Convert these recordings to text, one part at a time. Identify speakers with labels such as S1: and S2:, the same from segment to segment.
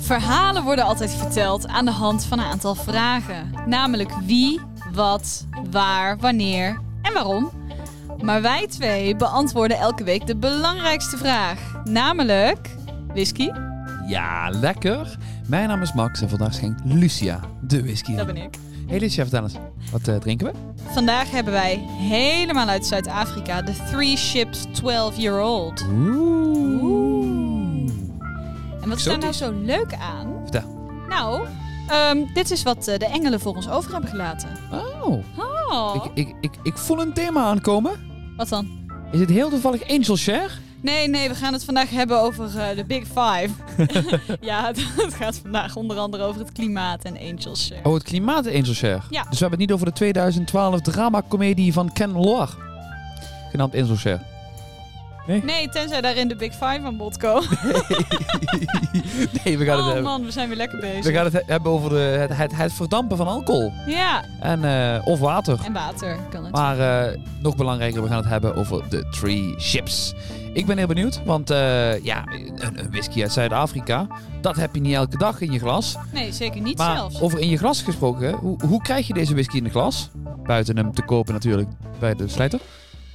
S1: Verhalen worden altijd verteld aan de hand van een aantal vragen. Namelijk wie, wat, waar, wanneer en waarom. Maar wij twee beantwoorden elke week de belangrijkste vraag. Namelijk... Whisky?
S2: Ja, lekker. Mijn naam is Max en vandaag schenkt Lucia de whisky.
S1: Dat ben ik.
S2: Hey Lucia, vertel eens, wat eh, drinken we?
S1: Vandaag hebben wij helemaal uit Zuid-Afrika de Three Ships 12-year-old.
S2: Oeh.
S1: En wat is daar nou zo leuk aan?
S2: Vertel.
S1: Nou, ehm, dit is wat eh, de engelen voor ons over hebben gelaten.
S2: Oh,
S1: Oh,
S2: ik, ik, ik, ik voel een thema aankomen.
S1: wat dan?
S2: Is het heel toevallig Angel Share?
S1: Nee, nee, we gaan het vandaag hebben over eh, de Big Five. ja, het, het gaat vandaag onder andere over het klimaat en angels. eh.
S2: Oh, het klimaat Angel Share.
S1: Ja.
S2: Dus we hebben het niet over de 2012 drama-comedie van Ken Loach. Genaamd Angel Share.
S1: Nee, tenzij daarin de Big Five aan bod komen.
S2: nee, we gaan
S1: Oh
S2: het hebben.
S1: man, we zijn weer lekker bezig.
S2: We gaan het he- hebben over de, het, het, het verdampen van alcohol.
S1: Ja,
S2: En, eh, of water.
S1: en water kan het.
S2: Maar eh, nog belangrijker, we gaan het hebben over de Three Ships. Ik ben heel benieuwd, want eh, ja, een, een whisky uit Zuid-Afrika, dat heb je niet elke dag in je glas.
S1: Nee, zeker niet
S2: maar
S1: zelfs.
S2: over in je glas gesproken, hoe, hoe krijg je deze whisky in een glas? Buiten hem te kopen natuurlijk bij de slijter.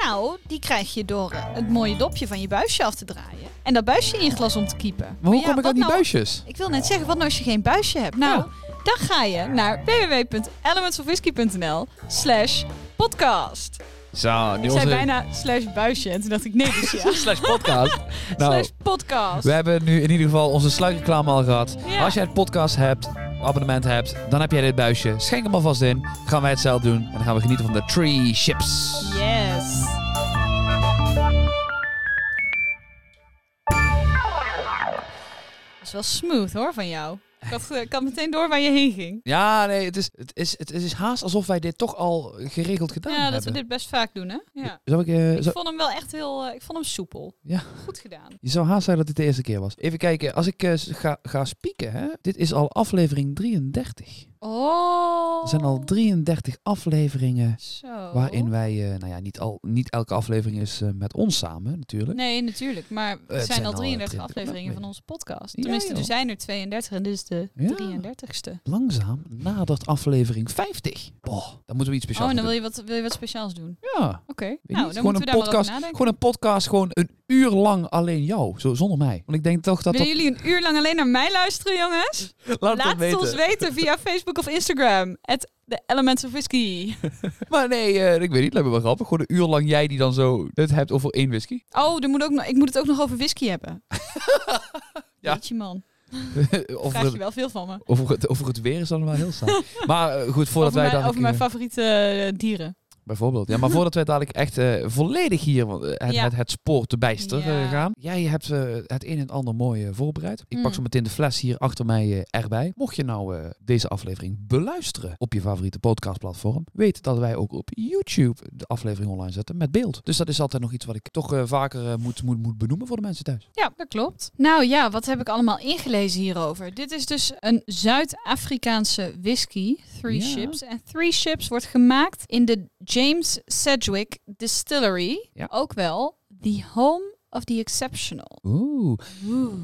S1: Nou, die krijg je door eh, het mooie dopje van je buisje af te draaien. En dat buisje in je glas om te kiepen.
S2: Maar hoe
S1: ja,
S2: kom ik
S1: wat
S2: aan die
S1: nou-
S2: buisjes?
S1: Ik wil net zeggen, wat nou als je geen buisje hebt? Nou, dan ga je naar www.elementsofwhiskey.nl slash podcast.
S2: Zo, nu
S1: Ik zei bijna slash buisje en toen dacht ik, nee dus ja,
S2: Slash podcast. nou,
S1: slash podcast.
S2: we hebben nu in ieder geval onze sluitreclame al gehad.
S1: Ja.
S2: Als jij het podcast hebt, abonnement hebt, dan heb jij dit buisje. Schenk hem alvast in. Gaan wij het zelf doen. En dan gaan we genieten van de Three Ships.
S1: Yes. Dat is wel smooth hoor van jou. Ik had, ge- ik had meteen door waar je heen ging.
S2: Ja, nee, het is, het, is, het is haast alsof wij dit toch al geregeld gedaan
S1: Ja, dat we
S2: hebben.
S1: dit best vaak doen hè. Ja.
S2: Zal ik, eh,
S1: Ik
S2: zal-
S1: vond hem wel echt heel, eh, ik vond hem soepel.
S2: Ja.
S1: Goed gedaan.
S2: je zou haast zijn dat dit de eerste keer was. Even kijken, als ik eh, s- ga, ga spieken, hè. Dit is al aflevering 33.
S1: Oh.
S2: Er zijn al 33 afleveringen
S1: Zo.
S2: waarin wij... eh, nou ja, niet, al, niet elke aflevering is eh, met ons samen, natuurlijk.
S1: Nee, natuurlijk. Maar er
S2: Eh,
S1: zijn,
S2: het zijn
S1: al 33
S2: al 33
S1: afleveringen van
S2: afleveringen.
S1: onze podcast.
S2: Ja,
S1: Tenminste, er
S2: joh.
S1: zijn er 32 en dit is de
S2: Ja.
S1: 33ste.
S2: Langzaam nadert aflevering 50. Boah, dan moeten we
S1: Oh,
S2: iets speciaals
S1: en dan wil
S2: doen.
S1: je wat, wil je wat speciaals doen.
S2: Ja.
S1: Oké,
S2: Weet
S1: nou, dan
S2: niet,
S1: moeten
S2: gewoon
S1: we
S2: een
S1: daar wel over
S2: podcast,
S1: nadenken.
S2: Gewoon een podcast, gewoon een uur lang alleen jou. Zo, zonder mij. Want ik denk toch dat...
S1: Willen
S2: dat
S1: jullie een uur lang alleen naar mij luisteren, jongens?
S2: laat
S1: Laat het ons weten via Facebook of Instagram. At the Elements of Whiskey.
S2: Maar nee, eh, ik weet niet, lijkt me wel grappig. Gewoon een uur lang jij die dan zo het hebt over één whisky.
S1: Oh, er moet ook, nog- ik moet het ook nog over whisky hebben.
S2: Ja.
S1: Weet je man,
S2: over,
S1: vraag je
S2: het,
S1: wel veel van me.
S2: over, het, over het weer is dan wel heel saai. maar eh, goed, voordat
S1: Over,
S2: wij
S1: mijn,
S2: dadelijk...
S1: over mijn
S2: eh,
S1: favoriete eh, dieren.
S2: bijvoorbeeld. Ja, maar voordat wij dadelijk echt eh, volledig hier eh, het,
S1: Ja.
S2: het, het spoor te bijster eh,
S1: Ja.
S2: gaan. Jij hebt eh, het een en het ander mooi eh, voorbereid. Ik
S1: Mm.
S2: pak zo meteen de fles hier achter mij eh, erbij. Mocht je nou eh, deze aflevering beluisteren op je favoriete podcastplatform, weet dat wij ook op YouTube de aflevering online zetten met beeld. Dus dat is altijd nog iets wat ik toch eh, vaker eh, moet, moet, moet benoemen voor de mensen thuis.
S1: Ja, dat klopt. Nou ja, wat heb ik allemaal ingelezen hierover? Dit is dus een Zuid-Afrikaanse whisky, Three
S2: Ja.
S1: Ships. En Three Ships wordt gemaakt in de James Sedgwick Distillery.
S2: Ja.
S1: Ook wel The Home of the Exceptional.
S2: Oeh.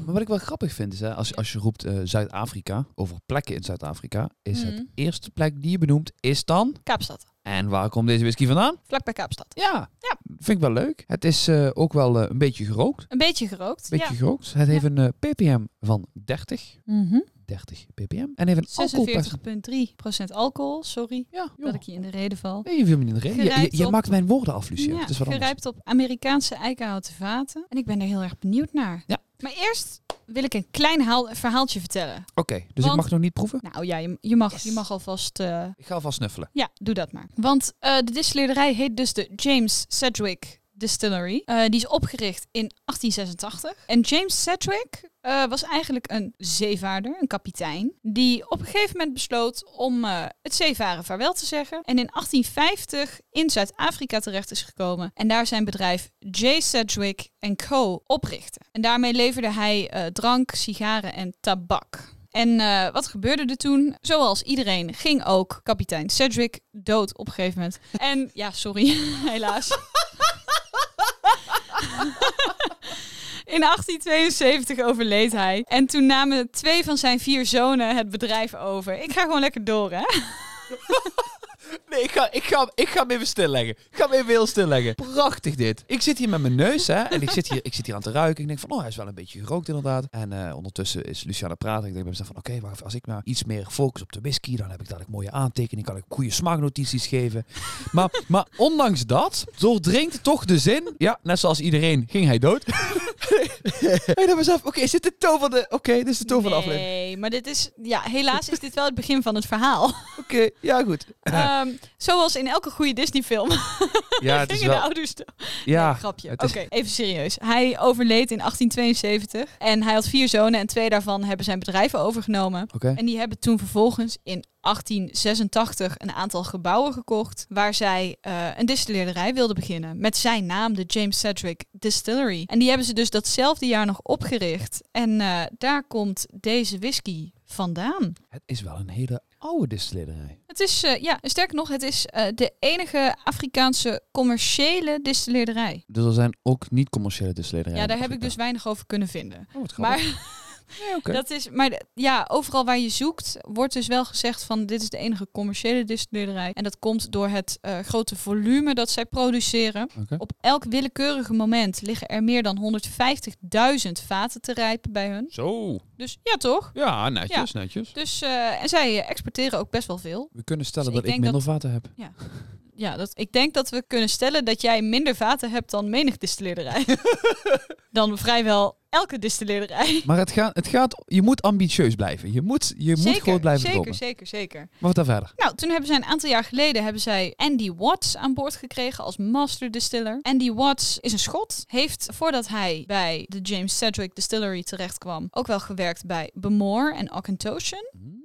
S2: Maar wat ik wel grappig vind is, hè, als, als je roept eh, Zuid-Afrika, over plekken in Zuid-Afrika, is het
S1: Mm.
S2: eerste plek die je benoemt, is dan...
S1: Kaapstad.
S2: En waar komt deze whisky vandaan?
S1: Vlakbij Kaapstad.
S2: Ja,
S1: Ja.
S2: vind ik wel leuk. Het is eh, ook wel eh, een beetje gerookt.
S1: Een beetje gerookt.
S2: Beetje
S1: Ja.
S2: gerookt. Het heeft een eh, ppm van 30.
S1: Mhm.
S2: 30 ppm. En heeft een alcoholpercentage.
S1: 46,3% alcohol. Sorry
S2: Ja, joh.
S1: dat ik je in de reden val.
S2: Nee, je viel me niet in de reden. Je, je,
S1: Gerijpt
S2: je
S1: op-
S2: maakt mijn woorden af, Lucia.
S1: Ja,
S2: het is wat anders.
S1: gerijpt op Amerikaanse eikenhouten vaten. En ik ben er heel erg benieuwd naar.
S2: Ja.
S1: Maar eerst wil ik een klein haal, verhaaltje vertellen.
S2: Oké, dus
S1: Want-
S2: ik mag nog niet proeven?
S1: Nou ja, je, je mag,
S2: Yes.
S1: je mag alvast... eh,
S2: Ik ga alvast snuffelen.
S1: ja, doe dat maar. Want eh, de distilleerderij heet dus de James Sedgwick Distillery. Eh, die is opgericht in 1886. En James Sedgwick eh, was eigenlijk een zeevaarder, een kapitein. Die op een gegeven moment besloot om eh, het zeevaren vaarwel te zeggen. En in 1850 in Zuid-Afrika terecht is gekomen. En daar zijn bedrijf J. Sedgwick Co. oprichtte. En daarmee leverde hij eh, drank, sigaren en tabak. En eh, wat gebeurde er toen? Zoals iedereen ging ook kapitein Cedric dood op een gegeven moment. En ja, sorry, helaas. In 1872 overleed hij. En toen namen twee van zijn vier zonen het bedrijf over. Ik ga gewoon lekker door, hè?
S2: Nee, ik ga, ik, ga, ik ga hem even stilleggen. Ik ga hem even heel stilleggen. Prachtig dit. Ik zit hier met mijn neus, hè. En ik zit hier, ik zit hier aan te ruiken. Ik denk van, oh, hij is wel een beetje gerookt inderdaad. En eh, ondertussen is Luciana praten. Ik denk bij mezelf van, oké, maar als ik nou iets meer focus op de whisky... dan heb ik dadelijk mooie aantekeningen. Kan ik goede smaaknotities geven. Maar, maar ondanks dat doordringt toch de zin... Ja, net zoals iedereen ging hij dood. ik denk bij mezelf, oké, is dit de toverde... Oké, dit is de toverde aflevering.
S1: Nee, maar dit is... Ja, helaas is dit wel het begin van het verhaal.
S2: Oké, ja goed.
S1: Ehm, zoals in elke goede Disney-film
S2: Ja, het is
S1: gingen de
S2: wel...
S1: ouders... do-
S2: Ja,
S1: Nee, grapje.
S2: het
S1: Oké,
S2: is-
S1: even serieus. Hij overleed in 1872 en hij had vier zonen en twee daarvan hebben zijn bedrijven overgenomen.
S2: Oké.
S1: En die hebben toen vervolgens in 1886 een aantal gebouwen gekocht waar zij eh, een distilleerderij wilden beginnen met zijn naam, de James Sedgwick Distillery. En die hebben ze dus datzelfde jaar nog opgericht en eh, daar komt deze whisky vandaan.
S2: Het is wel een hele oude distillerij.
S1: Het is, eh, ja, sterker nog, het is eh, de enige Afrikaanse commerciële distilleerderij.
S2: Dus er zijn ook niet-commerciële distillerijen.
S1: Ja, daar heb ik dus weinig over kunnen vinden.
S2: Oh, wat
S1: Maar
S2: grappig. Nee, oké.
S1: Dat is, maar de- ja, overal waar je zoekt wordt dus wel gezegd van dit is de enige commerciële distilleerderij. En dat komt door het eh, grote volume dat zij produceren.
S2: Oké.
S1: Op elk willekeurig moment liggen er meer dan 150.000 vaten te rijpen bij hun.
S2: Zo.
S1: Dus ja toch?
S2: Ja, netjes, netjes.
S1: Dus, eh, en zij eh, exporteren ook best wel veel.
S2: We kunnen stellen
S1: Dus
S2: dat
S1: ik
S2: ik
S1: denk
S2: minder vaten heb.
S1: Ja, dat, ik denk dat we kunnen stellen dat jij minder vaten hebt dan menig distilleerderij. dan vrijwel elke distilleerderij.
S2: Maar het gaat, het gaat, je moet ambitieus blijven. Je moet, je moet gewoon blijven
S1: zeker,
S2: dromen.
S1: zeker, zeker.
S2: Maar wat dan verder?
S1: Nou, toen hebben zij een aantal jaar geleden hebben zij Andy Watts aan boord gekregen als master distiller. Andy Watts is een schot, heeft voordat hij bij de James Sedgwick Distillery terechtkwam ook wel gewerkt bij Bemore en Auchentoshan.
S2: Hmm.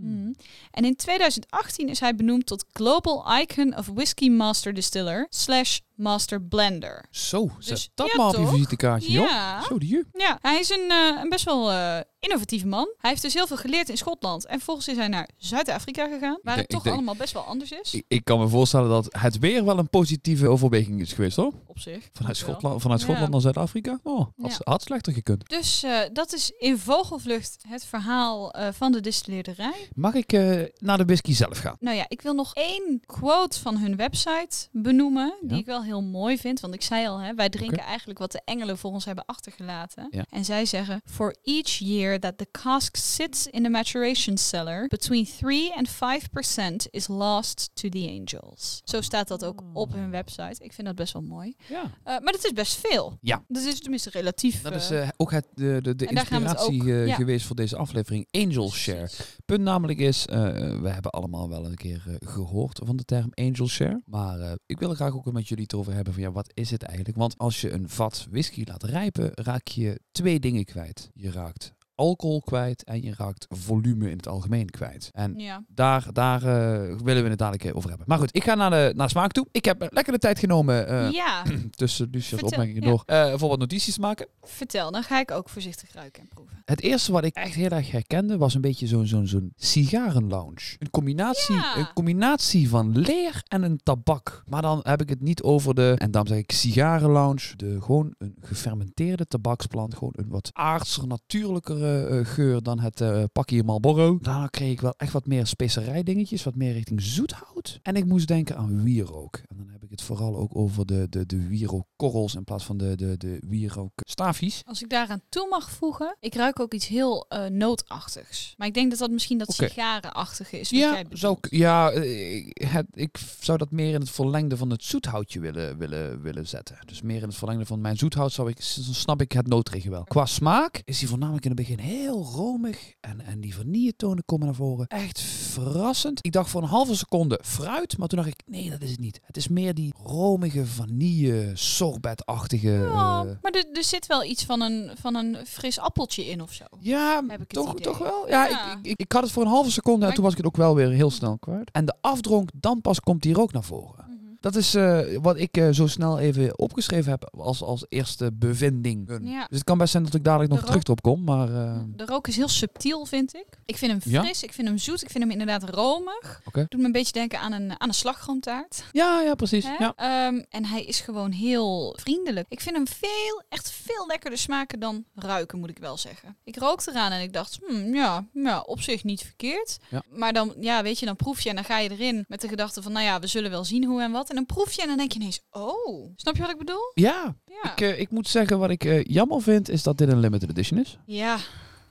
S1: Mhm. En in 2018 is hij benoemd tot Global Icon of Whiskey Master Distiller slash Master Blender.
S2: Zo, zet
S1: Dus
S2: dat
S1: ja,
S2: maar op je
S1: toch?
S2: visitekaartje, joh.
S1: Ja.
S2: Zo, die je.
S1: Ja, hij is een, eh, een best wel eh, innovatief man. Hij heeft dus heel veel geleerd in Schotland. En volgens is hij naar Zuid-Afrika gegaan, waar
S2: denk-
S1: het
S2: ik
S1: toch
S2: denk-
S1: allemaal best wel anders is.
S2: Ik, ik kan me voorstellen dat het weer wel een positieve overweging is geweest, hoor.
S1: op zich.
S2: Vanuit
S1: Wel.
S2: Schotland, vanuit
S1: Ja.
S2: Schotland naar Zuid-Afrika. Oh, had,
S1: Ja.
S2: had slechter gekund.
S1: Dus eh, dat is in vogelvlucht het verhaal eh, van de distilleerderij.
S2: Mag ik eh, naar de whisky zelf gaan?
S1: Nou ja, ik wil nog één quote van hun website benoemen.
S2: Ja.
S1: Die ik wel heel mooi vind. Want ik zei al, hè, wij drinken eigenlijk wat de engelen voor ons hebben achtergelaten.
S2: Ja.
S1: En zij zeggen: For each year that the cask sits in the maturation cellar, between 3 and 5 percent is lost to the angels. Zo staat dat ook
S2: Oh.
S1: op hun website. Ik vind dat best wel mooi.
S2: Ja.
S1: Eh, maar dat is best veel.
S2: Ja.
S1: Dat is tenminste relatief.
S2: Dat
S1: eh,
S2: is eh, ook het, de, de, de
S1: En daar gaan we het
S2: inspiratie
S1: ook-
S2: eh,
S1: ja.
S2: geweest voor deze aflevering. Angel Share. Punt namelijk is, eh, we hebben allemaal wel een keer eh, gehoord van de term Angel Share. Maar eh, ik wil er graag ook met jullie het over hebben van ja, wat is het eigenlijk? Want als je een vat whisky laat rijpen, raak je twee dingen kwijt. Je raakt alcohol kwijt en je raakt volume in het algemeen kwijt. En
S1: ja.
S2: daar, daar eh, willen we het dadelijk eh, over hebben. Maar goed, ik ga naar de, naar de smaak toe. Ik heb eh, lekker de tijd genomen eh,
S1: ja.
S2: tussen Lucia's
S1: Vertel,
S2: opmerkingen
S1: ja.
S2: door eh, voor wat notities te maken.
S1: Vertel, dan ga ik ook voorzichtig ruiken en proeven.
S2: Het eerste wat ik echt heel erg herkende was een beetje zo'n zo'n zo'n sigarenlounge. Een combinatie,
S1: Ja.
S2: een combinatie van leer en een tabak. Maar dan heb ik het niet over de, en daarom zeg ik sigarenlounge, de, gewoon een gefermenteerde tabaksplant. Gewoon een wat aardser, natuurlijkere eh, geur dan het eh pakje Marlboro. Daarna kreeg ik wel echt wat meer specerijdingetjes, wat meer richting zoethout. En ik moest denken aan wierook. En dan heb ik het vooral ook over de, de, de wierookkorrels in plaats van de, de, de wierookstaafjes.
S1: Als ik daaraan toe mag voegen, ik ruik ook iets heel eh, nootachtigs. Maar ik denk dat dat misschien dat
S2: Oké.
S1: sigarenachtige is. Wat
S2: Ja,
S1: jij bedoelt. Oh,
S2: zou ik, ja eh, ik- het, ik zou dat meer in het verlengde van het zoethoutje willen, willen, willen zetten. Dus meer in het verlengde van mijn zoethout zou ik, s- dan snap ik het noodregen wel. Qua smaak is die voornamelijk in het begin heel romig en, en die vanilletonen komen naar voren. Echt verrassend. Ik dacht voor een halve seconde fruit, maar toen dacht ik, nee dat is het niet. Het is meer die romige vanille sorbetachtige...
S1: Ja,
S2: eh,
S1: maar er, er zit wel iets van een, van een fris appeltje in of zo.
S2: ja,
S1: Heb ik het
S2: toch,
S1: idee.
S2: toch wel? Ja,
S1: Ja.
S2: Ik, ik, ik had het voor een halve seconde en
S1: Maar-
S2: toen was ik het ook wel weer heel snel kwijt. En de afdronk, dan pas komt die rook naar voren.
S1: Mhm.
S2: Dat is eh, wat ik eh, zo snel even opgeschreven heb als, als eerste bevinding.
S1: Ja.
S2: Dus het kan best zijn dat ik dadelijk nog
S1: De
S2: terug op kom, maar eh,
S1: De rook is heel subtiel, vind ik. Ik vind hem
S2: Ja?
S1: fris, ik vind hem zoet, ik vind hem inderdaad romig.
S2: Oké.
S1: Doet me een beetje denken aan een, aan een slagroomtaart.
S2: ja, ja, precies.
S1: Hè?
S2: Ja.
S1: Ehm, en hij is gewoon heel vriendelijk. Ik vind hem veel, echt veel lekkerder smaken dan ruiken, moet ik wel zeggen. Ik rookte eraan en ik dacht, hmm, ja, ja, op zich niet verkeerd.
S2: Ja.
S1: Maar dan, ja, weet je, dan proef je en dan ga je erin met de gedachte van, nou ja, we zullen wel zien hoe en wat. En dan proef je en dan denk je ineens, oh, snap je wat ik bedoel?
S2: Ja,
S1: Ja,
S2: ik, eh, ik moet zeggen wat ik eh, jammer vind is dat dit een limited edition is.
S1: ja.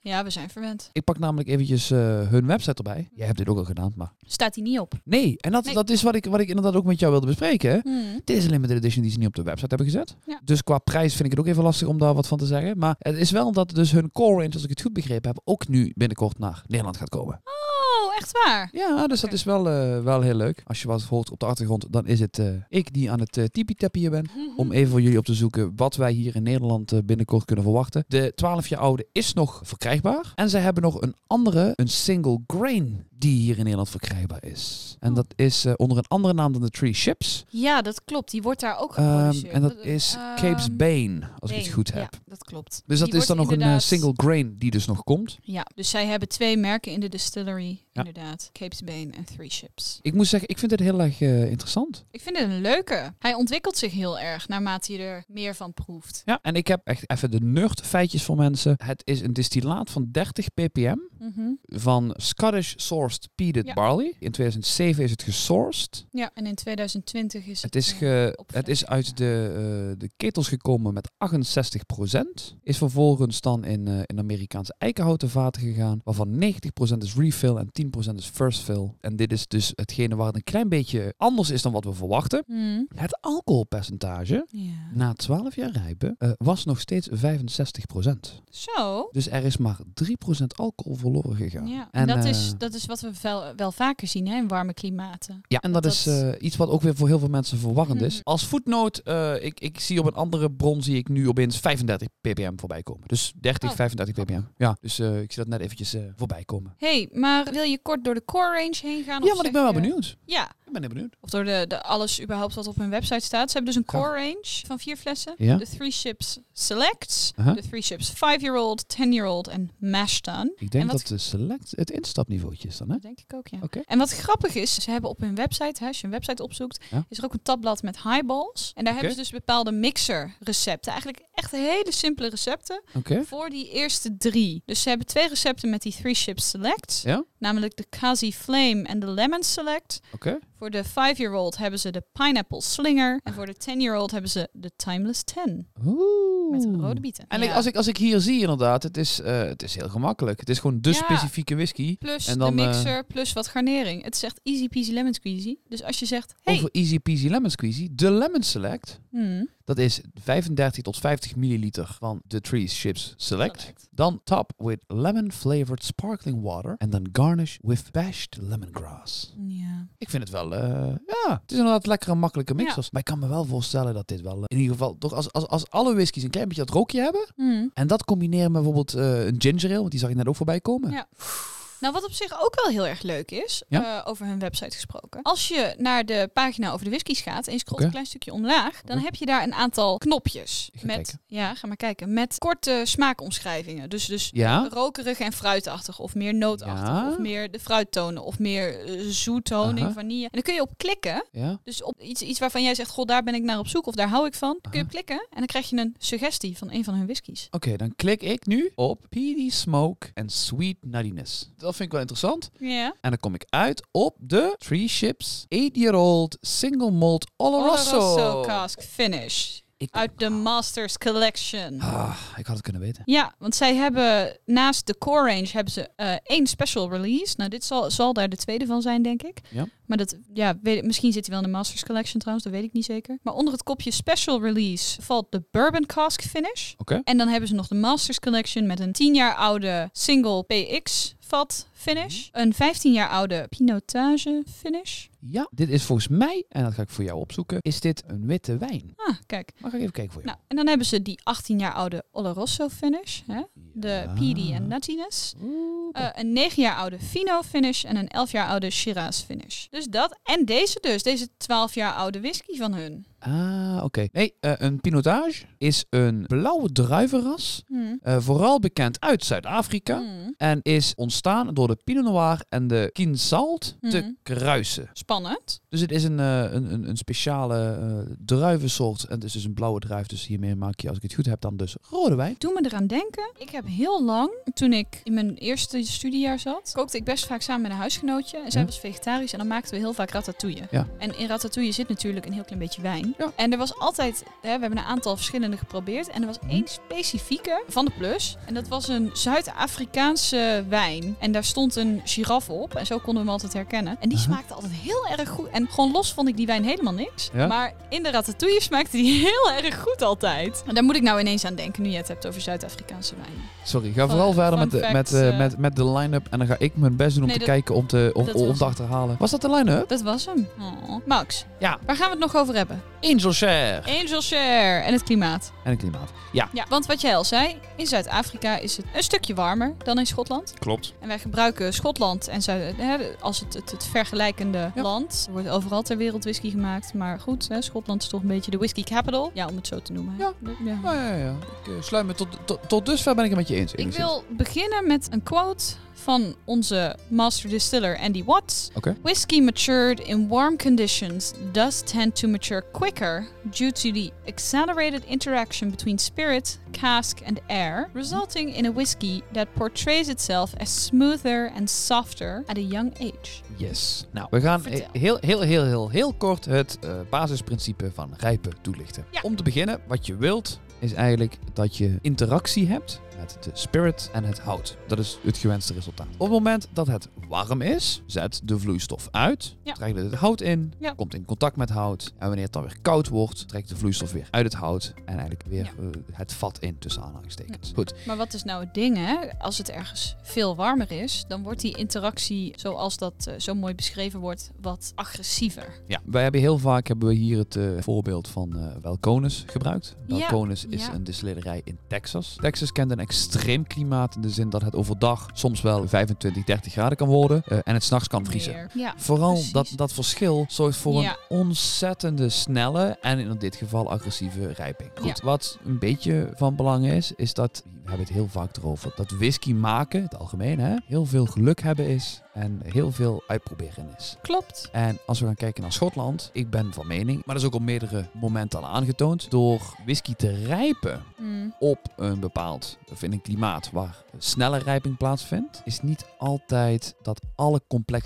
S1: ja we zijn verwend.
S2: Ik pak namelijk eventjes eh, hun website erbij. Jij hebt dit ook al gedaan, maar...
S1: Staat hij niet op.
S2: Nee, en dat,
S1: Nee.
S2: dat is wat ik, wat ik inderdaad ook met jou wilde bespreken. hè.
S1: Hmm.
S2: Dit is een limited edition die ze niet op de website hebben gezet.
S1: Ja.
S2: Dus qua prijs vind ik het ook even lastig om daar wat van te zeggen. Maar het is wel dat dus hun core range, als ik het goed begrepen heb, ook nu binnenkort naar Nederland gaat komen.
S1: Oh, echt waar?
S2: Ja, dus dat
S1: Oké.
S2: is wel, eh, wel heel leuk. Als je wat hoort op de achtergrond, dan is het eh, ik die aan het eh tipi-tappen hier ben.
S1: Mhm.
S2: Om even voor jullie op te zoeken wat wij hier in Nederland eh, binnenkort kunnen verwachten. De 12 jaar oude is nog verkrijgbaar. En ze hebben nog een andere, een single grain, die hier in Nederland verkrijgbaar is.
S1: Oh.
S2: En dat is eh, onder een andere naam dan de Three Ships.
S1: Mm-hmm. Ja, dat klopt. Die wordt daar ook
S2: Ehm,
S1: geproduceerd.
S2: en dat is Capes
S1: Ehm,
S2: Bane, als ik het
S1: Bane.
S2: goed heb.
S1: Ja, dat klopt.
S2: Dus dat
S1: Die
S2: is dan nog
S1: wordt
S2: een eh,
S1: inderdaad-
S2: single grain die dus nog komt.
S1: Ja, dus zij hebben twee merken in de distillery,
S2: Ja.
S1: inderdaad. Capes Bane en Three Ships.
S2: Ik moet zeggen, ik vind dit heel erg eh, interessant.
S1: Ik vind het een leuke. Hij ontwikkelt zich heel erg naarmate je er meer van proeft.
S2: Ja. En ik heb echt even de nerd feitjes voor mensen. Het is een distillaat van 30 ppm.
S1: Mhm.
S2: van Scottish sourced peated
S1: Ja.
S2: barley. In 2007 is het gesourced.
S1: Ja, en in 2020 is het...
S2: Het is,
S1: eh,
S2: ge,
S1: op
S2: het is
S1: fles.
S2: uit de, eh, de ketels gekomen met 68%. Is vervolgens dan in, eh, in Amerikaanse eikenhouten vaten gegaan. Waarvan 90% is refill en 10% is first fill. En dit is dus hetgene waar het een klein beetje anders is dan wat we verwachten.
S1: Mhm.
S2: Het alcoholpercentage
S1: Ja.
S2: na 12 jaar rijpen eh, was nog steeds 65%.
S1: Zo.
S2: Dus er is maar 3% alcohol verloren
S1: Ja.
S2: gegaan.
S1: En dat,
S2: eh,
S1: is, dat is ja. is wat we wel, wel vaker zien hè, in warme klimaten.
S2: Ja, en dat,
S1: Want
S2: is
S1: dat-
S2: eh, iets wat ook weer voor heel veel mensen verwarrend is.
S1: Mhm.
S2: Als voetnoot, eh, ik, ik zie op een andere bron zie ik nu opeens 35 ppm voorbij komen. Dus 30,
S1: Oh.
S2: 35 ppm. Ja, dus eh, ik zie dat net eventjes eh, voorbij komen.
S1: hey, maar wil je kort door de core range heen gaan? of
S2: Ja, want ik
S1: zeg
S2: ben wel
S1: je-
S2: benieuwd.
S1: Ja,
S2: Ik ben heel benieuwd.
S1: of door de, de alles überhaupt wat op hun website staat. Ze hebben dus een
S2: Graag.
S1: core range van vier flessen.
S2: Ja. Uh-huh.
S1: De Three Ships Select,
S2: Aha.
S1: de Three Ships Five-Year-Old, Ten-Year-Old en Mash Tun.
S2: Ik denk
S1: En wat-
S2: dat de select het instapniveautje is dan, hè?
S1: Dat denk ik ook, ja.
S2: Oké.
S1: En wat grappig is, ze hebben op hun website, hè, als je een website opzoekt,
S2: Ja.
S1: is er ook een tabblad met highballs. En daar hebben ze dus bepaalde mixer-recepten. Eigenlijk echt hele simpele recepten
S2: Oké.
S1: voor die eerste drie. Dus ze hebben twee recepten met die Three Ships Select.
S2: Ja.
S1: Namelijk de Kazi Flame en de Lemon Select.
S2: Oké.
S1: Voor de 5-year-old hebben ze de Pineapple Slinger. En voor de 10-year-old hebben ze de Timeless Ten.
S2: Oeh.
S1: Met rode bieten.
S2: En
S1: Ja.
S2: ik, als, ik, als ik hier zie inderdaad, het is, eh, het is heel gemakkelijk. Het is gewoon de
S1: Ja.
S2: specifieke whisky.
S1: Plus
S2: en dan,
S1: de
S2: eh,
S1: mixer, plus wat garnering. Het is echt easy peasy lemon squeezy. Dus als je zegt, hey,
S2: Over Easy Peasy Lemon Squeezy. De Lemon Select.
S1: hmm,
S2: Dat is 35 tot 50 milliliter van de Three Ships Select.
S1: Select.
S2: Dan top with lemon flavored sparkling water. En dan garnish with bashed lemongrass.
S1: Ja.
S2: Ik vind het wel, eh, ja, het is inderdaad lekker een makkelijke mixers.
S1: Ja.
S2: Maar ik kan me wel voorstellen dat dit wel, eh, in ieder geval, toch als, als, als alle whiskies een klein beetje dat rookje hebben.
S1: Hmm.
S2: En dat combineren met bijvoorbeeld eh, een ginger ale, want die zag ik net ook voorbij komen.
S1: Ja. Nou, wat op zich ook wel heel erg leuk is,
S2: Ja?
S1: eh, over hun website gesproken. Als je naar de pagina over de whiskies gaat en je scrolt
S2: Oké.
S1: een klein stukje omlaag, dan
S2: Oké.
S1: heb je daar een aantal knopjes.
S2: Ik ga
S1: Met,
S2: kijken.
S1: Ja, ga maar kijken. Met korte smaakomschrijvingen. Dus, dus
S2: Ja?
S1: rokerig en fruitachtig. Of meer nootachtig.
S2: Ja.
S1: Of meer de fruittonen. Of meer eh, zoethoning,
S2: Aha.
S1: vanille. En dan kun je op klikken.
S2: Ja?
S1: Dus op iets, iets waarvan jij zegt, goh, daar ben ik naar op zoek. Of daar hou ik van. Dan kun je op
S2: Aha.
S1: klikken. En dan krijg je een suggestie van een van hun whiskies.
S2: Oké, dan klik ik nu op Peaty Smoke and Sweet Nuttiness. Dat vind ik wel interessant.
S1: Ja.
S2: En dan kom ik uit op de Three Ships 8-year-old single malt Oloroso.
S1: Oloroso Cask Finish.
S2: Ik,
S1: Uit de Masters Collection.
S2: ah, ik had het kunnen weten.
S1: Ja, want zij hebben naast de core range hebben ze eh, één special release. Nou, dit zal, zal daar de tweede van zijn, denk ik.
S2: Ja.
S1: Maar dat, ja, weet, ik- misschien zit hij wel in de Masters Collection trouwens, dat weet ik niet zeker. Maar onder het kopje special release valt de Bourbon Cask Finish.
S2: Oké.
S1: En dan hebben ze nog de Masters Collection met een 10 jaar oude single PX vat finish.
S2: Mhm.
S1: Een 15 jaar oude Pinotage finish.
S2: Ja, dit is volgens mij, en dat ga ik voor jou opzoeken, is dit een witte wijn.
S1: Ah, kijk.
S2: Maar ga ik even kijken voor jou.
S1: Nou, en dan hebben ze die 18 jaar oude Oloroso finish. Nou, Hè? De
S2: Ja.
S1: PD en nuttiness.
S2: Oeh,
S1: Eh, een 9 jaar oude Fino finish en een 11 jaar oude Shiraz finish. Dus dat en deze dus, deze 12 jaar oude whisky van hun.
S2: Ah, oké. Nee, eh, een Pinotage is een blauwe druivenras.
S1: Hm.
S2: eh, vooral bekend uit Zuid-Afrika.
S1: Hm.
S2: En is ontstaan door de Pinot Noir en de Kinsalt
S1: Mhm.
S2: te kruisen.
S1: Spannend.
S2: Dus het is een, eh, een, een, een speciale eh, druivensoort. En het is dus een blauwe druif. Dus hiermee maak je, als ik het goed heb, dan dus rode wijn.
S1: Doe me eraan denken. Ik heb heel lang, toen ik in mijn eerste studiejaar zat, kookte ik best vaak samen met een huisgenootje. En zij
S2: Ja.
S1: was vegetarisch en dan maakten we heel vaak ratatouille.
S2: Ja.
S1: En in ratatouille zit natuurlijk een heel klein beetje wijn.
S2: Ja.
S1: En er was altijd, hè, we hebben een aantal verschillende geprobeerd. En er was één
S2: Mhm.
S1: specifieke van de plus. En dat was een Zuid-Afrikaanse wijn. En daar stond een giraf op. En zo konden we hem altijd herkennen. En die
S2: Aha.
S1: smaakte altijd heel erg goed. En gewoon los vond ik die wijn helemaal niks.
S2: Ja?
S1: Maar in de ratatouille smaakte die heel erg goed altijd. En daar moet ik nou ineens aan denken nu je het hebt over Zuid-Afrikaanse wijnen.
S2: Sorry, ga
S1: Fun-
S2: vooral verder
S1: fun
S2: met de,
S1: facts,
S2: met, eh,
S1: eh.
S2: met, met de line-up. En dan ga ik mijn best doen om
S1: Nee,
S2: te
S1: dat-
S2: kijken om te, om,
S1: dat
S2: om
S1: was
S2: te
S1: het.
S2: achterhalen. Was dat de line-up?
S1: Dat was hem. Oh. Max,
S2: Ja.
S1: waar gaan we het nog over hebben?
S2: Angel Share.
S1: Angel Share en het klimaat.
S2: En het klimaat. Ja.
S1: Ja, want wat jij al zei, in Zuid-Afrika is het een stukje warmer dan in Schotland.
S2: Klopt.
S1: En wij gebruiken Schotland en Zuid hè, als het, het, het vergelijkende
S2: Ja.
S1: land. Er wordt overal ter wereld whisky gemaakt. Maar goed, hè, Schotland is toch een beetje de whisky capital. Ja, om het zo te noemen. hè.
S2: Ja.
S1: ja.
S2: Ja, ja, ja. Ik eh, sluit me tot, tot, tot dusver ben ik het met je eens.
S1: Ik
S2: enigszins.
S1: wil beginnen met een quote van onze master distiller Andy Watts.
S2: Oké.
S1: Whiskey matured in warm conditions does tend to mature quicker due to the accelerated interaction between spirit, cask, and air, resulting in a whiskey that portrays itself as smoother and softer at a young age.
S2: Yes. Nou, we gaan
S1: Vertel.
S2: he- heel, heel, heel, heel, heel kort het eh, basisprincipe van rijpen toelichten.
S1: Ja.
S2: Om te beginnen, wat je wilt is eigenlijk dat je interactie hebt met de spirit en het hout. Dat is het gewenste resultaat. Op het moment dat het warm is, zet de vloeistof uit,
S1: Ja.
S2: trekt het hout in,
S1: Ja.
S2: komt in contact met hout. En wanneer het dan weer koud wordt, trekt de vloeistof weer uit het hout en eigenlijk weer eh, het vat in, tussen aanhalingstekens. Goed.
S1: Maar wat is nou het ding, hè? Als het ergens veel warmer is, dan wordt die interactie, zoals dat eh, zo mooi beschreven wordt, wat agressiever.
S2: Ja, wij hebben heel vaak hebben we hier het eh, voorbeeld van eh Welconis gebruikt.
S1: Ja,
S2: Welconis is
S1: ja.
S2: een distillerij in Texas. Texas kent een extreem klimaat in de zin dat het overdag soms wel 25, 30 graden kan worden eh, en het s'nachts kan vriezen.
S1: Meer. Ja.
S2: Vooral
S1: Precies.
S2: dat, dat verschil zorgt voor
S1: Ja.
S2: een ontzettende snelle en in dit geval agressieve rijping. Goed, wat een beetje van belang is, is dat, we hebben het heel vaak erover, dat whisky maken, in het algemeen, hè, heel veel geluk hebben is en heel veel uitproberen is.
S1: Klopt.
S2: En als we gaan kijken naar Schotland, ik ben van mening, maar dat is ook op meerdere momenten al aangetoond, door whisky te rijpen
S1: Mm.
S2: op een bepaald, of in een klimaat waar snelle rijping plaatsvindt, is niet altijd dat alle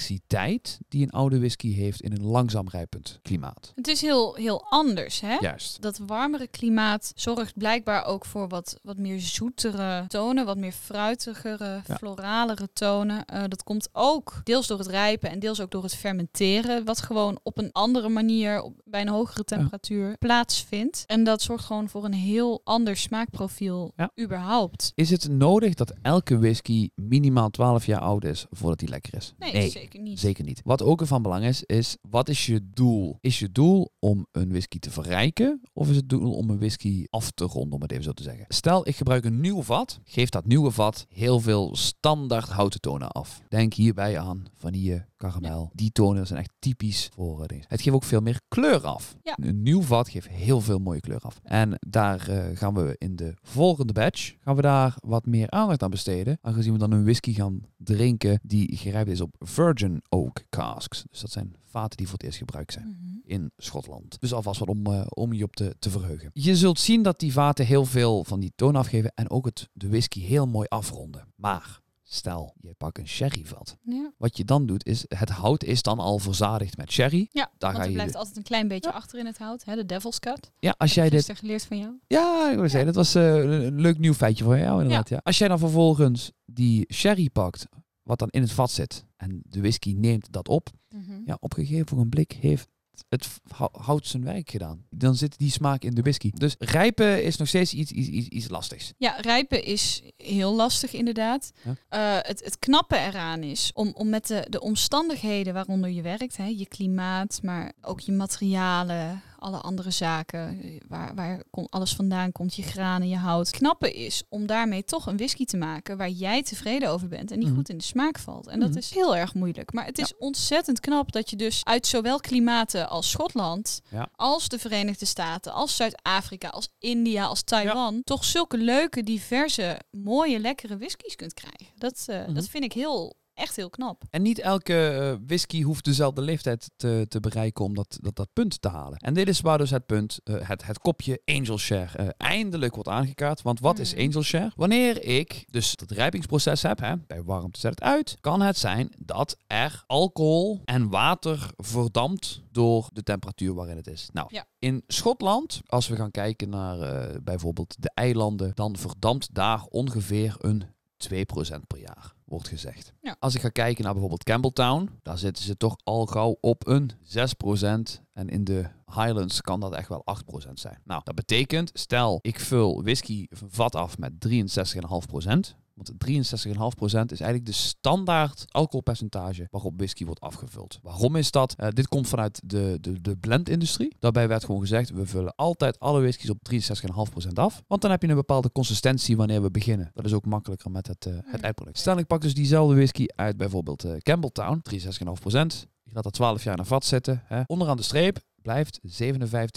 S2: complexiteit die een oude whisky heeft in een langzaam rijpend klimaat.
S1: Het is heel, heel anders, hè?
S2: Juist.
S1: Dat warmere klimaat zorgt blijkbaar ook voor wat, wat meer zoetere tonen, wat meer fruitigere,
S2: Ja.
S1: floralere tonen. Eh, dat komt ook deels door het rijpen en deels ook door het fermenteren, wat gewoon op een andere manier, op, bij een hogere temperatuur, plaatsvindt. En dat zorgt gewoon voor een heel ander smaakprofiel,
S2: Ja.
S1: überhaupt.
S2: Is het nodig dat elke whisky minimaal 12 jaar oud is voordat die lekker is?
S1: Nee, zeker niet.
S2: Zeker niet. Wat ook van belang is, is wat is je doel? Is je doel om een whisky te verrijken? Of is het doel om een whisky af te ronden, om het even zo te zeggen? Stel, ik gebruik een nieuw vat. Geeft dat nieuwe vat heel veel standaard houten tonen af. Denk hierbij aan vanille, karamel. Die tonen zijn echt typisch voor eh, deze. Het geeft ook veel meer kleur af.
S1: Ja.
S2: Een nieuw vat geeft heel veel mooie kleur af. En daar eh, gaan we in de volgende batch gaan we daar wat meer aandacht aan besteden. Aangezien we dan een whisky gaan drinken die gerijpt is op virgin oak casks. Dus dat zijn vaten die voor het eerst gebruikt zijn
S1: Mhm.
S2: in Schotland. Dus alvast wat om, eh, om je op te, te verheugen. Je zult zien dat die vaten heel veel van die toon afgeven en ook het, de whisky heel mooi afronden. Maar stel, je pakt een sherryvat.
S1: Ja.
S2: Wat je dan doet is, het hout is dan al verzadigd met sherry.
S1: Ja,
S2: Daar
S1: want
S2: ga
S1: er
S2: je
S1: blijft
S2: de-
S1: altijd een klein beetje
S2: Ja.
S1: achter in het hout, hè? de devil's cut.
S2: Ja, als jij
S1: Heb ik
S2: dit...
S1: gisteren geleerd van jou.
S2: Ja, ik wil zeggen, dat was eh, een een leuk nieuw feitje voor jou inderdaad. Ja. Als jij dan vervolgens die sherry pakt, wat dan in het vat zit, en de whisky neemt dat op,
S1: Mhm.
S2: ja, op een gegeven ogenblik heeft het hou- houdt zijn wijk gedaan. Dan zit die smaak in de whisky. Dus rijpen is nog steeds iets, iets, iets, iets lastigs.
S1: Ja, rijpen is heel lastig inderdaad.
S2: Ja.
S1: Eh, het, het knappe eraan is om, om met de, de omstandigheden waaronder je werkt, hè, je klimaat, maar ook je materialen, alle andere zaken, eh, waar, waar kon- alles vandaan komt, je granen, je hout. Het knappe is om daarmee toch een whisky te maken waar jij tevreden over bent en die
S2: Mhm.
S1: goed in de smaak valt. En dat
S2: Mhm.
S1: is heel erg moeilijk. Maar het is ontzettend knap dat je dus uit zowel klimaten als Schotland als de Verenigde Staten, als Zuid-Afrika, als India, als Taiwan, toch zulke leuke, diverse, mooie, lekkere whiskies kunt krijgen. Dat, eh,
S2: Mhm.
S1: dat vind ik heel, echt heel knap.
S2: En niet elke eh, whisky hoeft dezelfde leeftijd te, te bereiken om dat, dat, dat punt te halen. En dit is waar dus het punt, eh, het, het kopje Angel Share eh, eindelijk wordt aangekaart. Want wat is
S1: Hmm.
S2: Angel Share? Wanneer ik dus het rijpingsproces heb, hè, bij warmte zet het uit, kan het zijn dat er alcohol en water verdampt door de temperatuur waarin het is. Nou,
S1: Ja.
S2: in Schotland, als we gaan kijken naar eh, bijvoorbeeld de eilanden, dan verdampt daar ongeveer een 2% per jaar, wordt gezegd.
S1: Ja.
S2: Als ik ga kijken naar bijvoorbeeld Campbelltown, daar zitten ze toch al gauw op een 6%. En in de Highlands kan dat echt wel 8% zijn. Nou, dat betekent, stel ik vul whisky van vat af met 63,5%. Want 63,5% is eigenlijk de standaard alcoholpercentage waarop whisky wordt afgevuld. Waarom is dat? Eh, dit komt vanuit de, de, de blendindustrie. Daarbij werd gewoon gezegd, we vullen altijd alle whiskies op 63,5% af. Want dan heb je een bepaalde consistentie wanneer we beginnen. Dat is ook makkelijker met het, eh, het eindproduct. Stel, ik pak dus diezelfde whisky uit bijvoorbeeld eh, Campbelltown, 63,5%. Ik laat dat 12 jaar naar vat zitten. Hè. Onderaan de streep blijft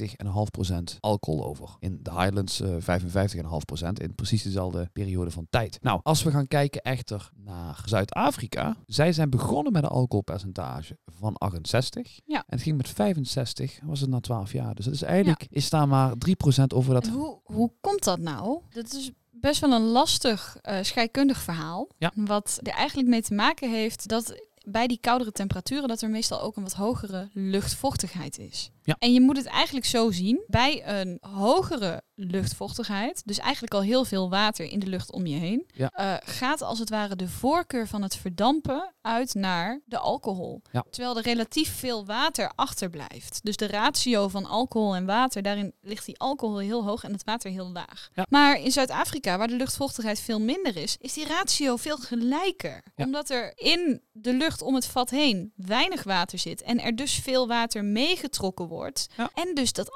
S2: 57,5% alcohol over. In de Highlands eh, 55,5% in precies dezelfde periode van tijd. Nou, als we gaan kijken echter naar Zuid-Afrika. Zij zijn begonnen met een alcoholpercentage van 68.
S1: Ja.
S2: En het ging met 65, was het na 12 jaar. Dus dat is eigenlijk, is daar maar 3% over dat...
S1: En hoe, hoe komt dat nou? Dat is best wel een lastig eh, scheikundig verhaal.
S2: Ja.
S1: Wat er eigenlijk mee te maken heeft dat bij die koudere temperaturen dat er meestal ook een wat hogere luchtvochtigheid is.
S2: Ja.
S1: En je moet het eigenlijk zo zien. Bij een hogere luchtvochtigheid, dus eigenlijk al heel veel water in de lucht om je heen,
S2: Ja.
S1: eh, gaat als het ware de voorkeur van het verdampen uit naar de alcohol.
S2: Ja.
S1: Terwijl er relatief veel water achterblijft. Dus de ratio van alcohol en water, daarin ligt die alcohol heel hoog en het water heel laag.
S2: Ja.
S1: Maar in Zuid-Afrika, waar de luchtvochtigheid veel minder is, is die ratio veel gelijker.
S2: Ja.
S1: Omdat er in de lucht om het vat heen weinig water zit en er dus veel water meegetrokken wordt.
S2: Ja.
S1: En dus dat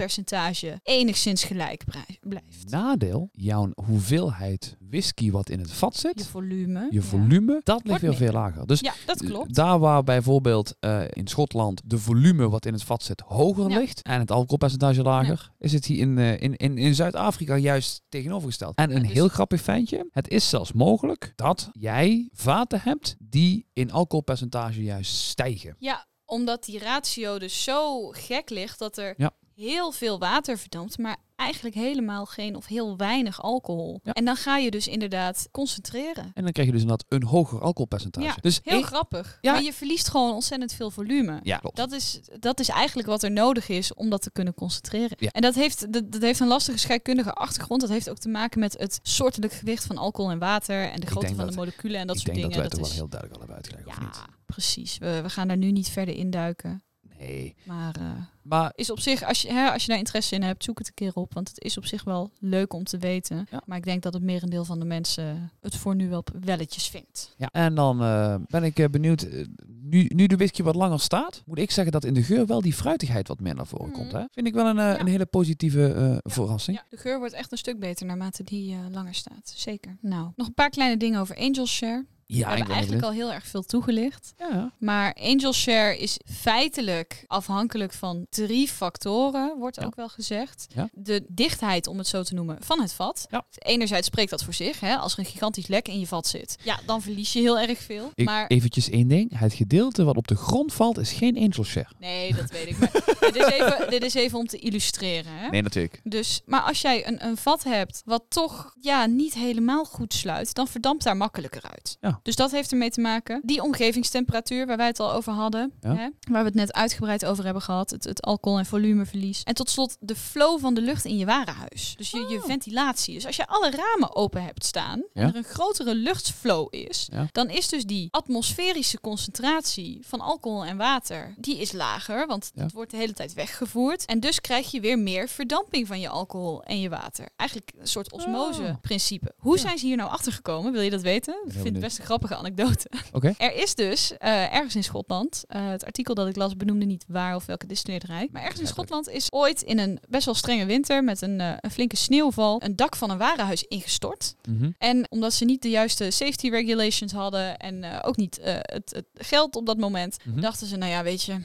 S1: alcoholpercentage enigszins gelijk brei- blijft.
S2: Nadeel, jouw hoeveelheid whisky wat in het vat zit,
S1: Je volume.
S2: je
S1: ja.
S2: volume, dat ligt
S1: Wordt
S2: weer
S1: minder.
S2: veel lager. Dus
S1: Ja, dat klopt.
S2: Daar waar bijvoorbeeld eh, in Schotland de volume wat in het vat zit hoger
S1: Ja.
S2: ligt en het alcoholpercentage lager, is het hier in, eh, in, in, in Zuid-Afrika juist tegenovergesteld. En een
S1: Ja, dus-
S2: heel grappig feintje, het is zelfs mogelijk dat jij vaten hebt die in alcoholpercentage juist stijgen.
S1: Ja, omdat die ratio dus zo gek ligt dat er
S2: Ja.
S1: heel veel water verdampt, maar eigenlijk helemaal geen of heel weinig alcohol.
S2: Ja.
S1: En dan ga je dus inderdaad concentreren.
S2: En dan krijg je dus inderdaad een hoger alcoholpercentage.
S1: Ja,
S2: dus
S1: Heel
S2: ik-
S1: grappig.
S2: Ja.
S1: Maar je verliest gewoon ontzettend veel volume.
S2: ja, klopt.
S1: Dat is, dat is eigenlijk wat er nodig is om dat te kunnen concentreren.
S2: Ja.
S1: En dat heeft, dat, dat heeft een lastige scheikundige achtergrond. Dat heeft ook te maken met het soortelijk gewicht van alcohol en water. En de grootte
S2: denk
S1: van
S2: dat-
S1: de moleculen en dat
S2: ik
S1: soort
S2: denk dat
S1: dingen.
S2: wij het
S1: dat is,
S2: toch wel heel duidelijk al hebben uitgelegd, of
S1: ja, precies. We, we gaan daar nu niet verder induiken.
S2: niet? Nee.
S1: Maar eh,
S2: Maar
S1: is op zich, als je, hè, als je daar interesse in hebt, zoek het een keer op. Want het is op zich wel leuk om te weten.
S2: Ja.
S1: Maar ik denk dat het merendeel van de mensen het voor nu wel p- welletjes vindt.
S2: Ja. En dan eh, ben ik eh, benieuwd, eh, nu, nu de whisky wat langer staat, moet ik zeggen dat in de geur wel die fruitigheid wat meer naar voren
S1: Mhm.
S2: komt. Hè? Vind ik wel een, eh,
S1: Ja.
S2: een hele positieve eh, verrassing.
S1: Ja, de geur wordt echt een stuk beter naarmate die eh, langer staat. Zeker. Nou, nog een paar kleine dingen over Angel Share.
S2: Ja,
S1: We
S2: ik
S1: hebben
S2: ben
S1: eigenlijk
S2: benieuwd.
S1: al heel erg veel toegelicht.
S2: Ja.
S1: Maar Angel Share is feitelijk afhankelijk van drie factoren, wordt
S2: Ja.
S1: ook wel gezegd.
S2: Ja.
S1: De dichtheid, om het zo te noemen, van het vat.
S2: Ja.
S1: Enerzijds spreekt dat voor zich. Hè? Als er een gigantisch lek in je vat zit, ja, dan verlies je heel erg veel.
S2: Ik,
S1: maar
S2: Eventjes één ding, het gedeelte wat op de grond valt is geen angel share.
S1: Nee, dat weet ik. Maar dit, is even, dit is even om te illustreren. Hè?
S2: Nee, natuurlijk.
S1: Dus, maar als jij een, een vat hebt wat toch ja, niet helemaal goed sluit, dan verdampt daar makkelijker uit.
S2: Ja.
S1: Dus dat heeft ermee te maken. Die omgevingstemperatuur waar wij het al over hadden,
S2: Ja.
S1: hè, waar we het net uitgebreid over hebben gehad, het, het alcohol- en volumeverlies. En tot slot de flow van de lucht in je warenhuis. Dus je, je ventilatie. Dus als je alle ramen open hebt staan
S2: Oh. Ja.
S1: en er een grotere luchtsflow is,
S2: Ja.
S1: dan is dus die atmosferische concentratie van alcohol en water, die is lager, want
S2: Ja.
S1: het wordt de hele tijd weggevoerd. En dus krijg je weer meer verdamping van je alcohol en je water. Eigenlijk een soort
S2: Oh.
S1: osmose-principe. Hoe
S2: Ja.
S1: zijn ze hier nou achter gekomen? Wil je dat weten? Ik vind het
S2: benieuwd.
S1: best een grappige anekdote.
S2: Oké.
S1: Er is dus eh, ergens in Schotland, eh, het artikel dat ik las benoemde niet waar of welke distilleerderij, maar ergens in Schotland is ooit in een best wel strenge winter met een, eh, een flinke sneeuwval een dak van een warenhuis ingestort.
S2: Mhm.
S1: En omdat ze niet de juiste safety regulations hadden en eh, ook niet eh, het, het geld op dat moment,
S2: Mhm.
S1: dachten ze, nou ja, weet je,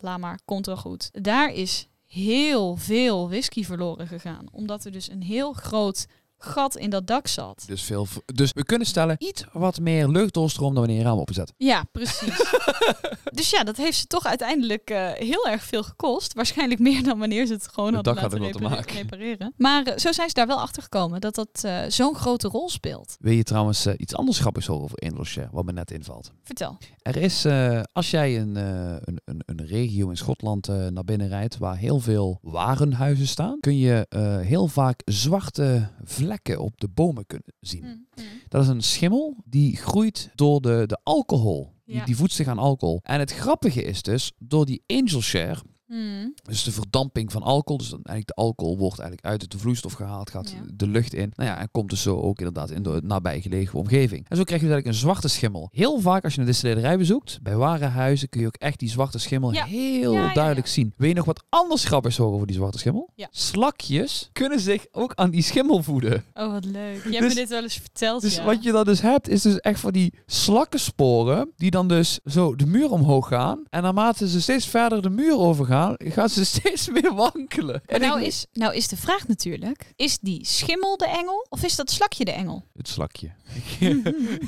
S1: laat maar, komt wel goed. Daar is heel veel whisky verloren gegaan, omdat er dus een heel groot gat in dat dak zat.
S2: Dus, veel, v- dus we kunnen stellen, iets wat meer luchtdoorstroom dan wanneer je raam openzet.
S1: Ja, precies. dus ja, dat heeft ze toch uiteindelijk eh, heel erg veel gekost. Waarschijnlijk meer dan wanneer ze het gewoon
S2: Het
S1: hadden
S2: dak had
S1: laten
S2: er wat te
S1: repare-
S2: maken.
S1: repareren. Maar eh, zo zijn ze daar wel achter gekomen dat dat eh, zo'n grote rol speelt.
S2: Wil je trouwens eh, iets anders grappigs horen over Endless Share, wat me net invalt?
S1: Vertel.
S2: Er is, eh, als jij een, eh, een, een, een regio in Schotland eh, naar binnen rijdt waar heel veel warenhuizen staan, kun je eh, heel vaak zwarte vlekken op de bomen kunnen zien.
S1: Hmm. Mm,
S2: Dat is een schimmel die groeit door de, de alcohol. Die,
S1: Ja.
S2: die voedt zich aan alcohol. En het grappige is dus, door die angel share,
S1: Hmm.
S2: dus de verdamping van alcohol, dus dan eigenlijk de alcohol wordt eigenlijk uit de vloeistof gehaald, gaat
S1: Ja.
S2: de lucht in. Nou ja, en komt dus zo ook inderdaad in de nabijgelegen omgeving. En zo krijg je dus eigenlijk een zwarte schimmel. Heel vaak als je een distillerij bezoekt, bij warenhuizen kun je ook echt die zwarte schimmel
S1: Ja.
S2: heel
S1: Ja, ja,
S2: duidelijk zien. Wil je nog wat anders grappigs horen over die zwarte schimmel?
S1: Ja.
S2: Slakjes kunnen zich ook aan die schimmel voeden.
S1: Oh, wat leuk. Je hebt
S2: Dus-
S1: me dit wel eens verteld.
S2: Dus
S1: ja.
S2: wat je dan dus hebt, is dus echt van die slakkensporen. Die dan dus zo de muur omhoog gaan. En naarmate ze steeds verder de muur overgaan, gaan ze steeds meer wankelen.
S1: Maar
S2: En
S1: nou
S2: ik-
S1: is, nou is de vraag natuurlijk, is die schimmel de engel of is dat slakje de engel?
S2: Het slakje.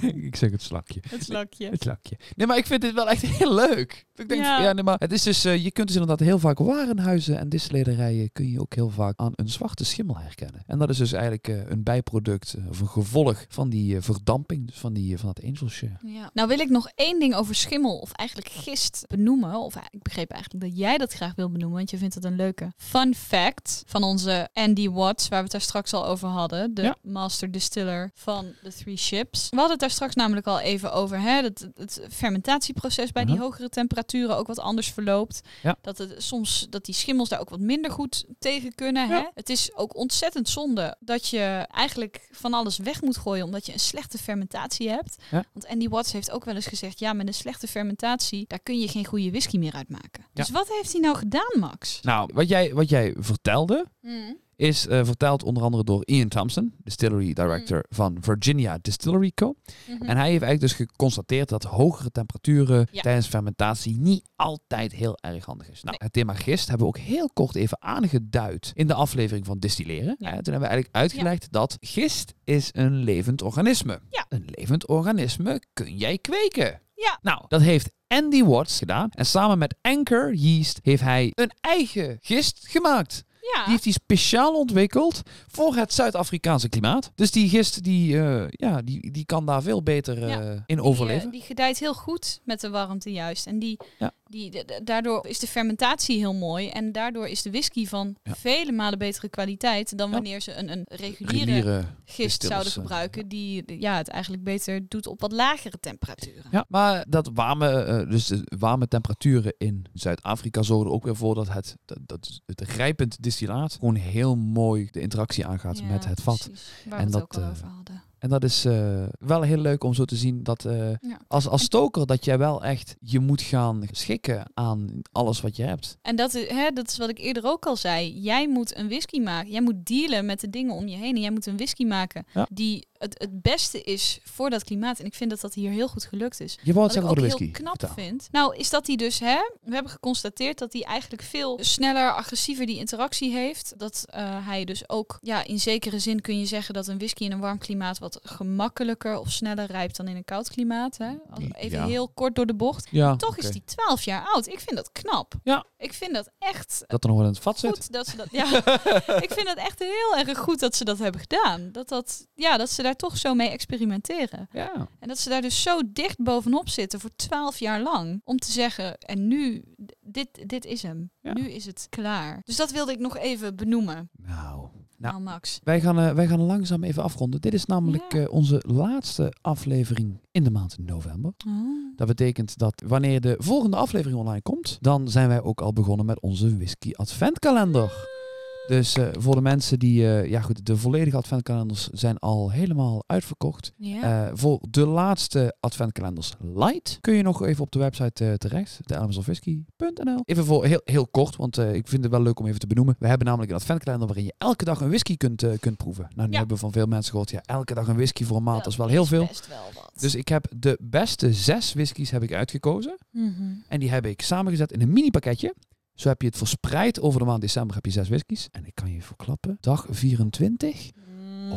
S2: ik zeg het slakje.
S1: Het slakje.
S2: Het slakje. Nee, maar ik vind dit wel echt heel leuk. Ik denk, ja.
S1: Ja.
S2: nee, maar het is dus, eh, je kunt dus inderdaad heel vaak warenhuizen en distillerijen kun je ook heel vaak aan een zwarte schimmel herkennen. En dat is dus eigenlijk eh, een bijproduct eh, of een gevolg van die eh, verdamping, dus van, die, eh, van dat angelsje.
S1: Ja. Nou wil ik nog één ding over schimmel of eigenlijk gist benoemen. Of eh, ik begreep eigenlijk dat jij dat graag wil benoemen, want je vindt het een leuke fun fact van onze Andy Watts, waar we het daar straks al over hadden. De
S2: Ja.
S1: master distiller van de Three Ships. We hadden het daar straks namelijk al even over, hè? Dat het fermentatieproces bij
S2: Mhm.
S1: die hogere temperaturen ook wat anders verloopt. Dat het soms dat die schimmels daar ook wat minder goed tegen kunnen. Hè?
S2: Ja.
S1: Het is ook ontzettend zonde dat je eigenlijk van alles weg moet gooien omdat je een slechte fermentatie hebt.
S2: Ja.
S1: Want Andy Watts heeft ook wel eens gezegd: ja, met een slechte fermentatie, daar kun je geen goede whisky meer uit maken. Dus wat heeft hij nou gedaan, Max?
S2: Nou, wat jij, wat jij vertelde, is eh, verteld onder andere door Ian Thompson,
S1: Mm.
S2: distillery director van Virginia Distillery Co. En hij heeft eigenlijk dus geconstateerd dat hogere temperaturen
S1: Ja.
S2: tijdens fermentatie niet altijd heel erg handig is. Nou,
S1: Nee.
S2: het thema gist hebben we ook heel kort even aangeduid in de aflevering van distilleren.
S1: Ja.
S2: Eh, toen hebben we eigenlijk uitgelegd dat gist is een levend organisme.
S1: Ja.
S2: Een levend organisme kun jij kweken.
S1: Ja.
S2: Nou, dat heeft Andy Watts gedaan. En samen met Anchor Yeast heeft hij een eigen gist gemaakt.
S1: Ja.
S2: Die heeft hij speciaal ontwikkeld voor het Zuid-Afrikaanse klimaat. Dus die gist, die, eh, ja, die, die kan daar veel beter eh, in
S1: Die,
S2: overleven.
S1: eh, die gedijt heel goed met de warmte juist. En die,
S2: Ja.
S1: die, de- de- daardoor is de fermentatie heel mooi. En daardoor is de whisky van
S2: Ja.
S1: vele malen betere kwaliteit dan
S2: Ja.
S1: wanneer ze een, een reguliere,
S2: Reguliere
S1: gist
S2: distillers,
S1: zouden
S2: eh,
S1: gebruiken. Die de- ja, het eigenlijk beter doet op wat lagere temperaturen.
S2: Ja, maar dat warme, eh, dus de warme temperaturen in Zuid-Afrika zorgen er ook weer voor dat het, dat, dat het rijpend distillaat gewoon heel mooi de interactie aangaat
S1: Ja,
S2: met het vat.
S1: precies, waar
S2: En
S1: we
S2: dat,
S1: het ook al
S2: eh,
S1: over hadden.
S2: En dat is eh, wel heel leuk om zo te zien dat eh,
S1: Ja.
S2: als, als stoker dat jij wel echt je moet gaan schikken aan alles wat je hebt.
S1: En dat, is- hè, dat is wat ik eerder ook al zei. Jij moet een whisky maken. Jij moet dealen met de dingen om je heen. En jij moet een whisky maken
S2: Ja.
S1: die het, het beste is voor dat klimaat. En ik vind dat dat hier heel goed gelukt is.
S2: Je
S1: Wat
S2: wou het
S1: ik
S2: zeggen
S1: ook
S2: over de
S1: heel
S2: whisky.
S1: knap
S2: Vertel.
S1: vind. Nou, is dat hij dus, hè? We hebben geconstateerd dat hij eigenlijk veel sneller, agressiever die interactie heeft. Dat eh, hij dus ook, ja, in zekere zin kun je zeggen dat een whisky in een warm klimaat wat wat gemakkelijker of sneller rijpt dan in een koud klimaat. Hè? Als- Even
S2: Ja.
S1: heel kort door de bocht.
S2: Ja,
S1: Toch
S2: oké.
S1: is die 12 jaar oud. Ik vind dat knap.
S2: Ja.
S1: Ik vind dat echt
S2: Dat er nog wel in het vat zit.
S1: goed dat ze dat. Ja, ik vind dat echt heel erg goed dat ze dat hebben gedaan. Dat, dat, ja, dat ze daar toch zo mee experimenteren.
S2: Ja.
S1: En dat ze daar dus zo dicht bovenop zitten voor 12 jaar lang. Om te zeggen, en nu, d- dit, dit is hem.
S2: Ja.
S1: Nu is het klaar. Dus dat wilde ik nog even benoemen.
S2: Nou, Nou.
S1: Nou, Max.
S2: wij gaan, eh, wij gaan langzaam even afronden. Dit is namelijk
S1: Ja.
S2: eh, onze laatste aflevering in de maand november. Dat betekent dat wanneer de volgende aflevering online komt, dan zijn wij ook al begonnen met onze whisky adventkalender. Dus eh, voor de mensen die, eh, ja goed, de volledige adventkalenders zijn al helemaal uitverkocht.
S1: Ja.
S2: Eh, voor de laatste adventkalenders light kun je nog even op de website eh, terecht, theamazonwhisky.nl. Even voor heel, heel kort, want eh, ik vind het wel leuk om even te benoemen. We hebben namelijk een adventkalender waarin je elke dag een whisky kunt, eh, kunt proeven. Nou, nu
S1: Ja.
S2: hebben we van veel mensen gehoord, ja, elke dag een whisky voor een maand, dat is wel heel veel.
S1: Best wel wat.
S2: Dus ik heb de beste zes whiskies heb ik uitgekozen.
S1: Mhm.
S2: En die heb ik samengezet in een mini pakketje. Zo heb je het verspreid over de maand december heb je zes whiskies. En ik kan je verklappen, dag 24.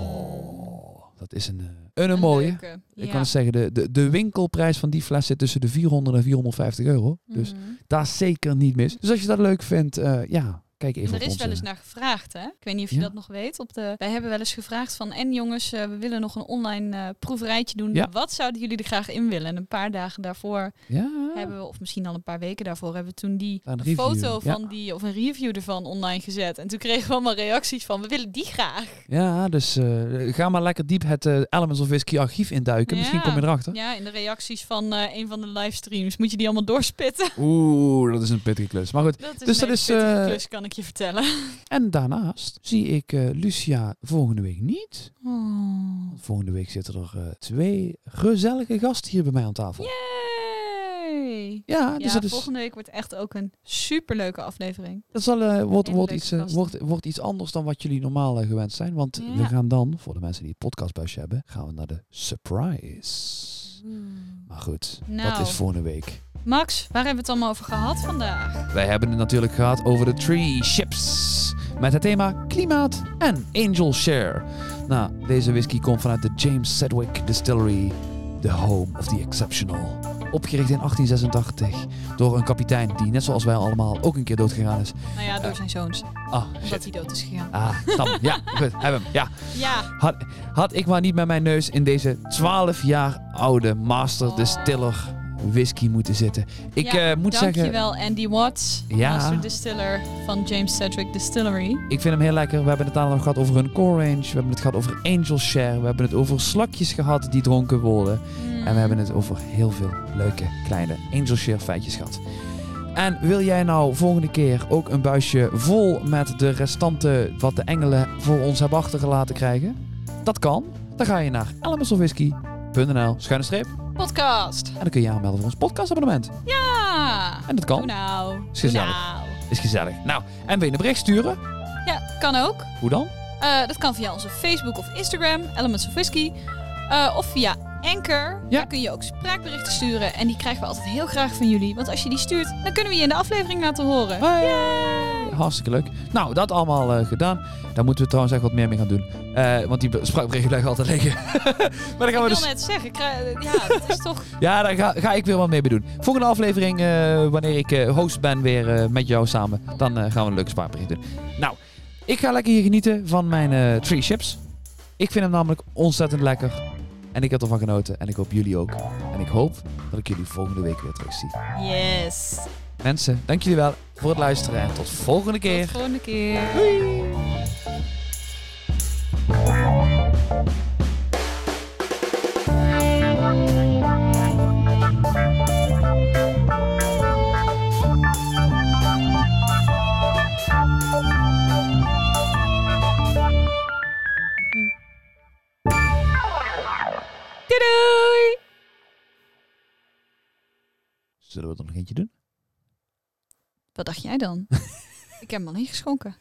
S2: Oh, dat is een, eh, een, een mooie.
S1: leuke,
S2: Ik
S1: ja.
S2: kan het zeggen, de, de, de winkelprijs van die fles zit tussen de 400 en 450 euro. Dus
S1: Mhm.
S2: daar is zeker niet mis. Dus als je dat leuk vindt, eh, ja, kijk even
S1: Er
S2: op eh.
S1: is
S2: onze...
S1: wel eens nou- naar gevraagd, hè? Ik weet niet of je
S2: Ja.
S1: dat nog weet. Op de... Wij hebben wel eens gevraagd van... En jongens, eh, we willen nog een online eh, proeverijtje doen.
S2: Ja.
S1: Wat zouden jullie er graag in willen? En een paar dagen daarvoor
S2: Ja,
S1: hebben we... Of misschien al een paar weken daarvoor... hebben we toen die
S2: Een review,
S1: foto
S2: ja.
S1: van die... Of een review ervan online gezet. En toen kregen we allemaal reacties van... We willen die graag.
S2: ja dus eh, ga maar lekker diep het eh, Elements of Whisky archief induiken. Misschien
S1: Ja.
S2: kom je erachter.
S1: Ja, in de reacties van eh, een van de livestreams. Moet je die allemaal doorspitten?
S2: Oeh, dat is een pittige klus. Maar goed,
S1: Dat is
S2: Dus
S1: een
S2: dat is,
S1: hele pittige
S2: eh,
S1: klus, kan ik je vertellen.
S2: en daarnaast zie ik eh, Lucia volgende week niet.
S1: Oh.
S2: Want volgende week zitten er eh, twee gezellige gasten hier bij mij aan tafel.
S1: Yay!
S2: Ja, dus
S1: Ja,
S2: dat is...
S1: volgende week wordt echt ook een superleuke aflevering.
S2: Dat zal, eh, wordt,
S1: Hele
S2: wordt,
S1: leuke
S2: iets, eh,
S1: gasten.
S2: wordt, wordt iets anders dan wat jullie normaal eh, gewend zijn. Want
S1: Ja.
S2: we gaan dan, voor de mensen die het podcastbuisje hebben, gaan we naar de surprise. Maar goed,
S1: Nou.
S2: dat is volgende week.
S1: Max, waar hebben we het allemaal over gehad vandaag?
S2: Wij hebben het natuurlijk gehad over de Three Ships. Met het thema klimaat en angel share. Nou, deze whisky komt vanuit de James Sedgwick Distillery. The home of the exceptional. Opgericht in 1886 door een kapitein die, net zoals wij allemaal, ook een keer doodgegaan is.
S1: Nou ja, door zijn zoons.
S2: Ah,
S1: Omdat
S2: shit.
S1: hij dood is gegaan.
S2: Ah, snap. hem. Ja, goed. Heb hem. Ja.
S1: Ja,
S2: Had, had ik maar niet met mijn neus in deze 12 jaar oude master distiller whisky moeten zitten. Ik
S1: Oh. ja,
S2: eh, moet zeggen,
S1: dankjewel Andy Watts,
S2: Ja.
S1: master Dus- distiller van James Sedgwick Distillery.
S2: ik vind hem heel lekker. We hebben het al nog gehad over een core range. We hebben het gehad over angel share. We hebben het over slakjes gehad die dronken worden. En
S1: Mhm.
S2: we hebben het over heel veel leuke kleine angel share feitjes gehad. En wil jij nou volgende keer ook een buisje vol met de restanten wat de engelen voor ons hebben achtergelaten krijgen? Dat kan. Dan ga je naar elementsofwhisky.nl schuine streep
S1: Podcast.
S2: En dan kun je je aanmelden voor ons podcastabonnement.
S1: Ja.
S2: En dat
S1: Doe
S2: kan.
S1: nou.
S2: Is
S1: Doe
S2: gezellig.
S1: nou.
S2: Is gezellig. Nou, en wil je een bericht sturen?
S1: Ja, kan ook.
S2: Hoe dan?
S1: Eh, dat kan via onze Facebook of Instagram, Elements of Whisky. Eh, of via Anchor.
S2: Ja.
S1: Daar kun je ook spraakberichten sturen. En die krijgen we altijd heel graag van jullie. Want als je die stuurt, dan kunnen we je in de aflevering laten horen.
S2: Hey.
S1: Yay!
S2: Hartstikke leuk. Nou, dat allemaal eh, gedaan. Daar moeten we trouwens echt wat meer mee gaan doen. Eh, want die be- spraakberichten blijven altijd liggen. maar dan gaan
S1: Ik
S2: we dus...
S1: wil net zeggen, kri- ja, dat is toch...
S2: Ja, daar ga, ga ik weer wat mee bedoelen. Volgende aflevering, eh, wanneer ik eh, host ben weer eh, met jou samen, dan eh, gaan we een leuke spaarbericht doen. Nou, ik ga lekker hier genieten van mijn eh Three Chips. Ik vind hem namelijk ontzettend lekker. En ik heb ervan genoten en ik hoop jullie ook. En ik hoop dat ik jullie volgende week weer terug zie.
S1: Yes.
S2: Mensen, dank jullie wel voor het luisteren en tot volgende keer.
S1: Tot volgende keer. Doei doei!
S2: Zullen we er nog eentje doen?
S1: Wat dacht jij dan? ik heb hem al ingeschonken.